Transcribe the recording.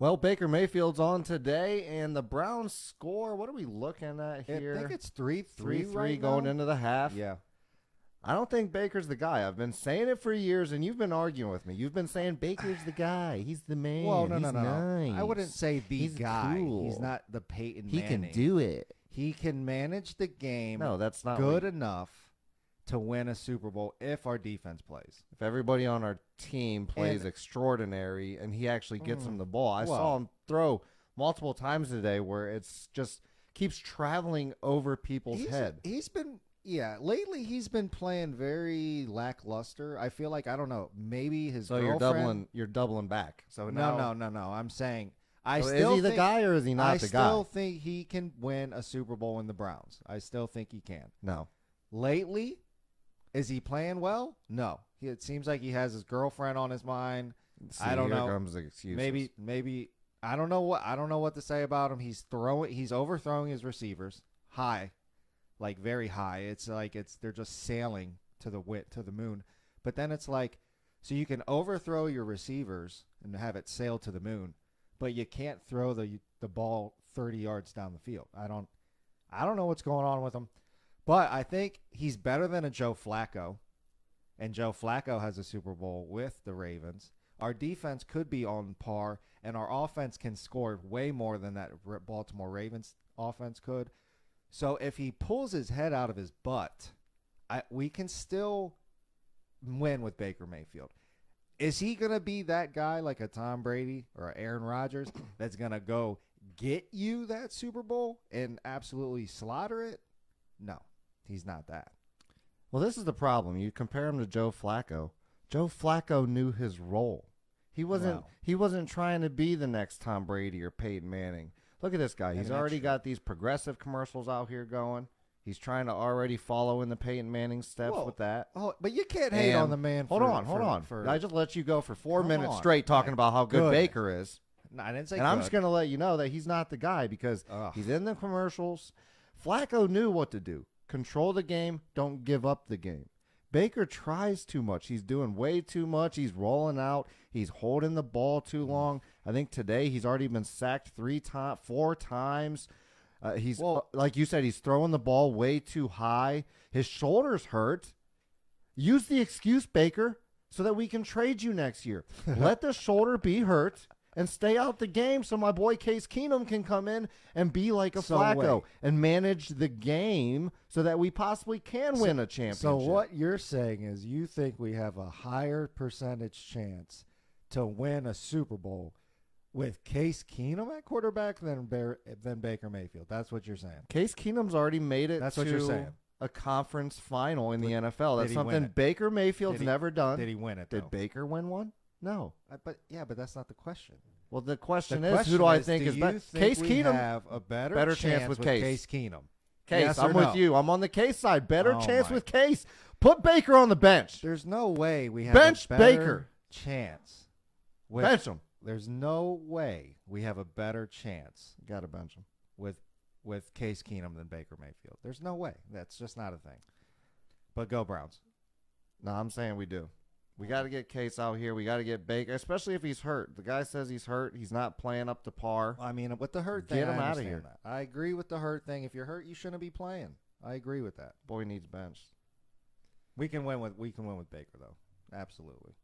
Well, Baker Mayfield's on today, and the Browns score. What are we looking at here? I think it's three three three three going into the half. Yeah, I don't think Baker's the guy. I've been saying it for years, and you've been arguing with me. You've been saying Baker's the guy. He's the man. Well, no, He's no, no, no. I nice. wouldn't say the He's guy. He's cool. not the Peyton. He Manning. can do it. He can manage the game. No, that's not good what- enough to win a Super Bowl if our defense plays. If everybody on our team plays And- Mm. extraordinary, and he actually gets him the ball, I Well- saw him throw multiple times today, where it's just keeps traveling over people's He's- head. He's been yeah. Lately, he's been playing very lackluster. I feel like I don't know. Maybe his So you're girlfriend. doubling. You're doubling back. So now, no, no, no, no. I'm saying I So still is he the think- guy or is he not I the guy? still think he can win a Super Bowl in the Browns. I still think he can. No. Lately, is he playing well? No. He, it seems like he has his girlfriend on his mind. I See, don't here know. Comes the excuses. Maybe, maybe I don't know what I don't know what to say about him. He's throwing, he's overthrowing his receivers high, like very high. It's like it's they're just sailing to the wit to the moon. But then it's like, so you can overthrow your receivers and have it sail to the moon, but you can't throw the the ball thirty yards down the field. I don't, I don't know what's going on with him, but I think he's better than a Joe Flacco and Joe Flacco has a Super Bowl with the Ravens, our defense could be on par, and our offense can score way more than that R- Baltimore Ravens offense could. So if he pulls his head out of his butt, I, we can still win with Baker Mayfield. Is he going to be that guy like a Tom Brady or a Aaron Rodgers that's going to go get you that Super Bowl and absolutely slaughter it? No, he's not that. Well, this is the problem. You compare him to Joe Flacco. Joe Flacco knew his role. He wasn't. No. He wasn't trying to be the next Tom Brady or Peyton Manning. Look at this guy. mean, He's that's already true. got these progressive commercials out here going. He's trying to already follow in the Peyton Manning steps Whoa. with that. Oh, but you can't hate on And- the man. Hold for- on, hold for- on. For, I just let you go for four Come minutes on. straight talking about how good Good. Baker is. no, I didn't say. And I'm just good. going to let you know that he's not the guy because Ugh. he's in the commercials. Flacco knew what to do control the game, don't give up the game. Baker tries too much. He's doing way too much. He's rolling out. He's holding the ball Mm. too long. I think today he's already been sacked three times, four times. Uh, he's Well- like you said, he's throwing the ball way too high. His shoulders hurt. Use the excuse, Baker, so that we can trade you next year. Let the shoulder be hurt and stay out the game so my boy Case Keenum can come in and be like a So Flacco wait. and manage the game so that we possibly can win a championship. So what you're saying is you think we have a higher percentage chance to win a Super Bowl with Case Keenum at quarterback than Bear, than Baker Mayfield. That's what you're saying. Case Keenum's already made it That's to what you're saying. a conference final in the NFL. did That's he win something it? Baker Mayfield's Did he- never done. Did he win it? Did though? Baker win one? No. Uh, but yeah, but that's not the question. Well, the question The is, question who do I think do is you better? think Case we Keenum. have a better, Better chance with Case. Case Keenum. Case, Yes or I'm with no? you. I'm on the Case side. Better Oh chance my- with Case. Put Baker on the bench. There's no way we have Bench a better Baker. chance. With, Bench him. There's no way we have a better chance Got to bench him. with with Case Keenum than Baker Mayfield. There's no way. That's just not a thing. But go Browns. No, I'm saying we do. We got to get Case out here. We got to get Baker, especially if he's hurt. The guy says he's hurt. He's not playing up to par. I mean, with the hurt Get thing, him I outta understand here. That. I agree with the hurt thing. If you're hurt, you shouldn't be playing. I agree with that. Boy needs bench. We can win with we can win with Baker though. Absolutely.